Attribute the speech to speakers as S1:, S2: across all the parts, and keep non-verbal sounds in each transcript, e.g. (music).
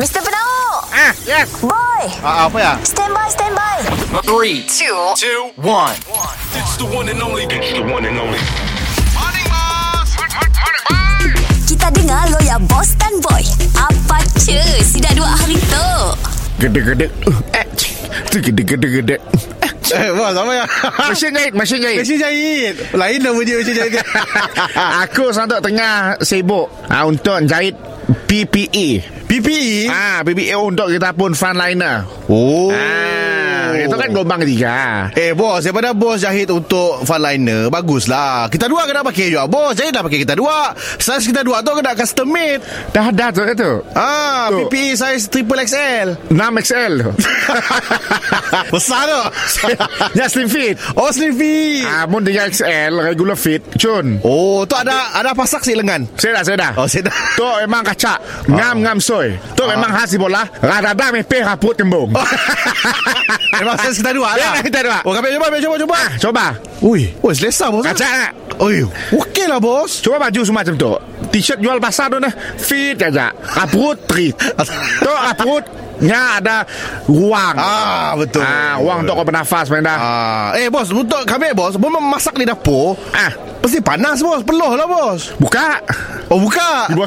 S1: Mr. Penau!
S2: Ah, yes.
S1: Boy!
S2: Ah, apa ya?
S1: Stand by, stand by!
S3: Three, two, two, one.
S4: It's the one and only. It's the one and only.
S1: Kita dengar lo ya, boss dan boy. Apa cuy? Sudah dua hari tu.
S5: Gede-gede Eh Tu gede-gede
S2: Eh, wah sama ya.
S5: Mesin jahit Ha. Mesin
S2: (laughs)
S5: jahit Ha,
S2: Mesin jahit. Lain dah bunyi mesin jahit.
S5: Aku sangat tengah sibuk ha, Untuk jahit E. PPE
S2: PPE.
S5: Ah, PPE untuk kita pun frontliner
S2: Oh.
S5: Ah, Itu kan gelombang ketiga
S2: Eh bos, daripada bos jahit untuk frontliner Baguslah Kita dua kena pakai juga Bos jahit dah pakai kita dua Saiz kita dua tu kena custom made
S5: Dah dah tu tu
S2: Ah,
S5: Betul.
S2: PPE saiz triple XL
S5: (laughs) 6XL tu
S2: Besar tu (laughs)
S5: Ya slim fit
S2: Oh slim fit
S5: Ah, mun 3XL regular fit Cun
S2: Oh tu ada ada pasak si lengan
S5: Saya dah, saya Oh. dah
S2: Oh saya dah
S5: (laughs) Tu memang kacak Ngam-ngam soy Tu memang khas bola Radada mepeh raput kembung
S2: Memang saiz kita dua
S5: Ya,
S2: lah
S5: kita dua. Ah.
S2: Oh kami cuba kami cuba cuba
S5: Coba
S2: Ui Ui selesa bos
S5: Kacak tak?
S2: Ui Okey lah bos
S5: Cuba baju semua macam tu T-shirt jual pasar tu dah Fit aja Abrut
S2: (laughs)
S5: treat Tu abrut Nya ada ruang
S2: Ah, betul.
S5: ah, Ruang untuk kau bernafas Mereka
S2: Ah, eh bos, untuk kami bos, bos masak di dapur.
S5: Ah.
S2: Pasti panas bos, peluh lah bos.
S5: Buka
S2: Oh buka.
S5: Buka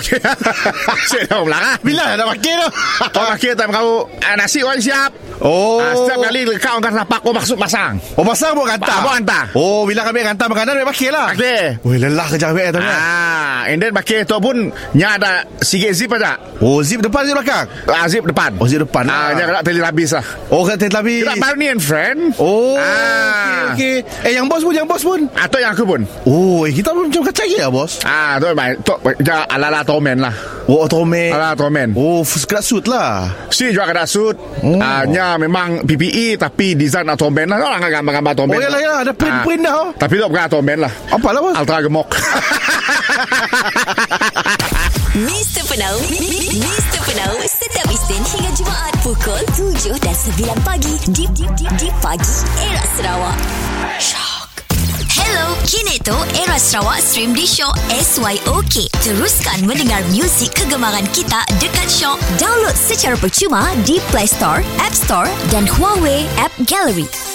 S5: (laughs) Cik dah ah. belakang
S2: Bila dah pakai
S5: (laughs)
S2: tu?
S5: Kau pakai lah, time kau ah, Nasi orang siap
S2: Oh.
S5: ah, Setiap kali kau angkat tapak Kau maksud pasang
S2: Oh pasang buat hantar.
S5: Ah, bawa hantar.
S2: Oh, bila kami hantar makanan kami pakai lah.
S5: Pakai
S2: Weh, lelah kerja kami eh tapi.
S5: Ah, and then pakai tu pun Nya ada Sikit zip aja
S2: Oh, zip depan zip belakang.
S5: ah, Zip depan
S2: Oh, zip depan. Ah.
S5: Ah, Nya kena teli habis lah
S2: Oh, kat Tel Aviv.
S5: Kita baru ni and friend
S2: Oh,
S5: Ah.
S2: okey okey. Eh, yang bos pun, yang bos pun.
S5: Atau yang aku pun
S2: Oh, eh, kita pun macam kacang ya bos.
S5: Ah, tu baik. Tu ja ala-ala Tomen lah.
S2: Oh, otome.
S5: Ala Tomen.
S2: Oh, sekerat suit lah.
S5: Si juga kena suit.
S2: Oh.
S5: Hanya memang PPE tapi design Tomen lah. Orang gambar-gambar Tomen.
S2: Oh, yalah, yalah. Ada
S5: Ah.
S2: print-print dah, oh.
S5: Tapi tu bukan Tomen lah.
S2: Apa lah bos?
S5: Ultra gemok.
S1: Mr. Penau, mi- mi- Mr. Penau, setiap Isnin hingga Jumaat pukul 7 dan 9 pagi di, di, di, di pagi era Sarawak. Shock. Hello, kini tu era Sarawak stream di Shock SYOK. Teruskan mendengar muzik kegemaran kita dekat Shock. Download secara percuma di Play Store, App Store dan Huawei App Gallery.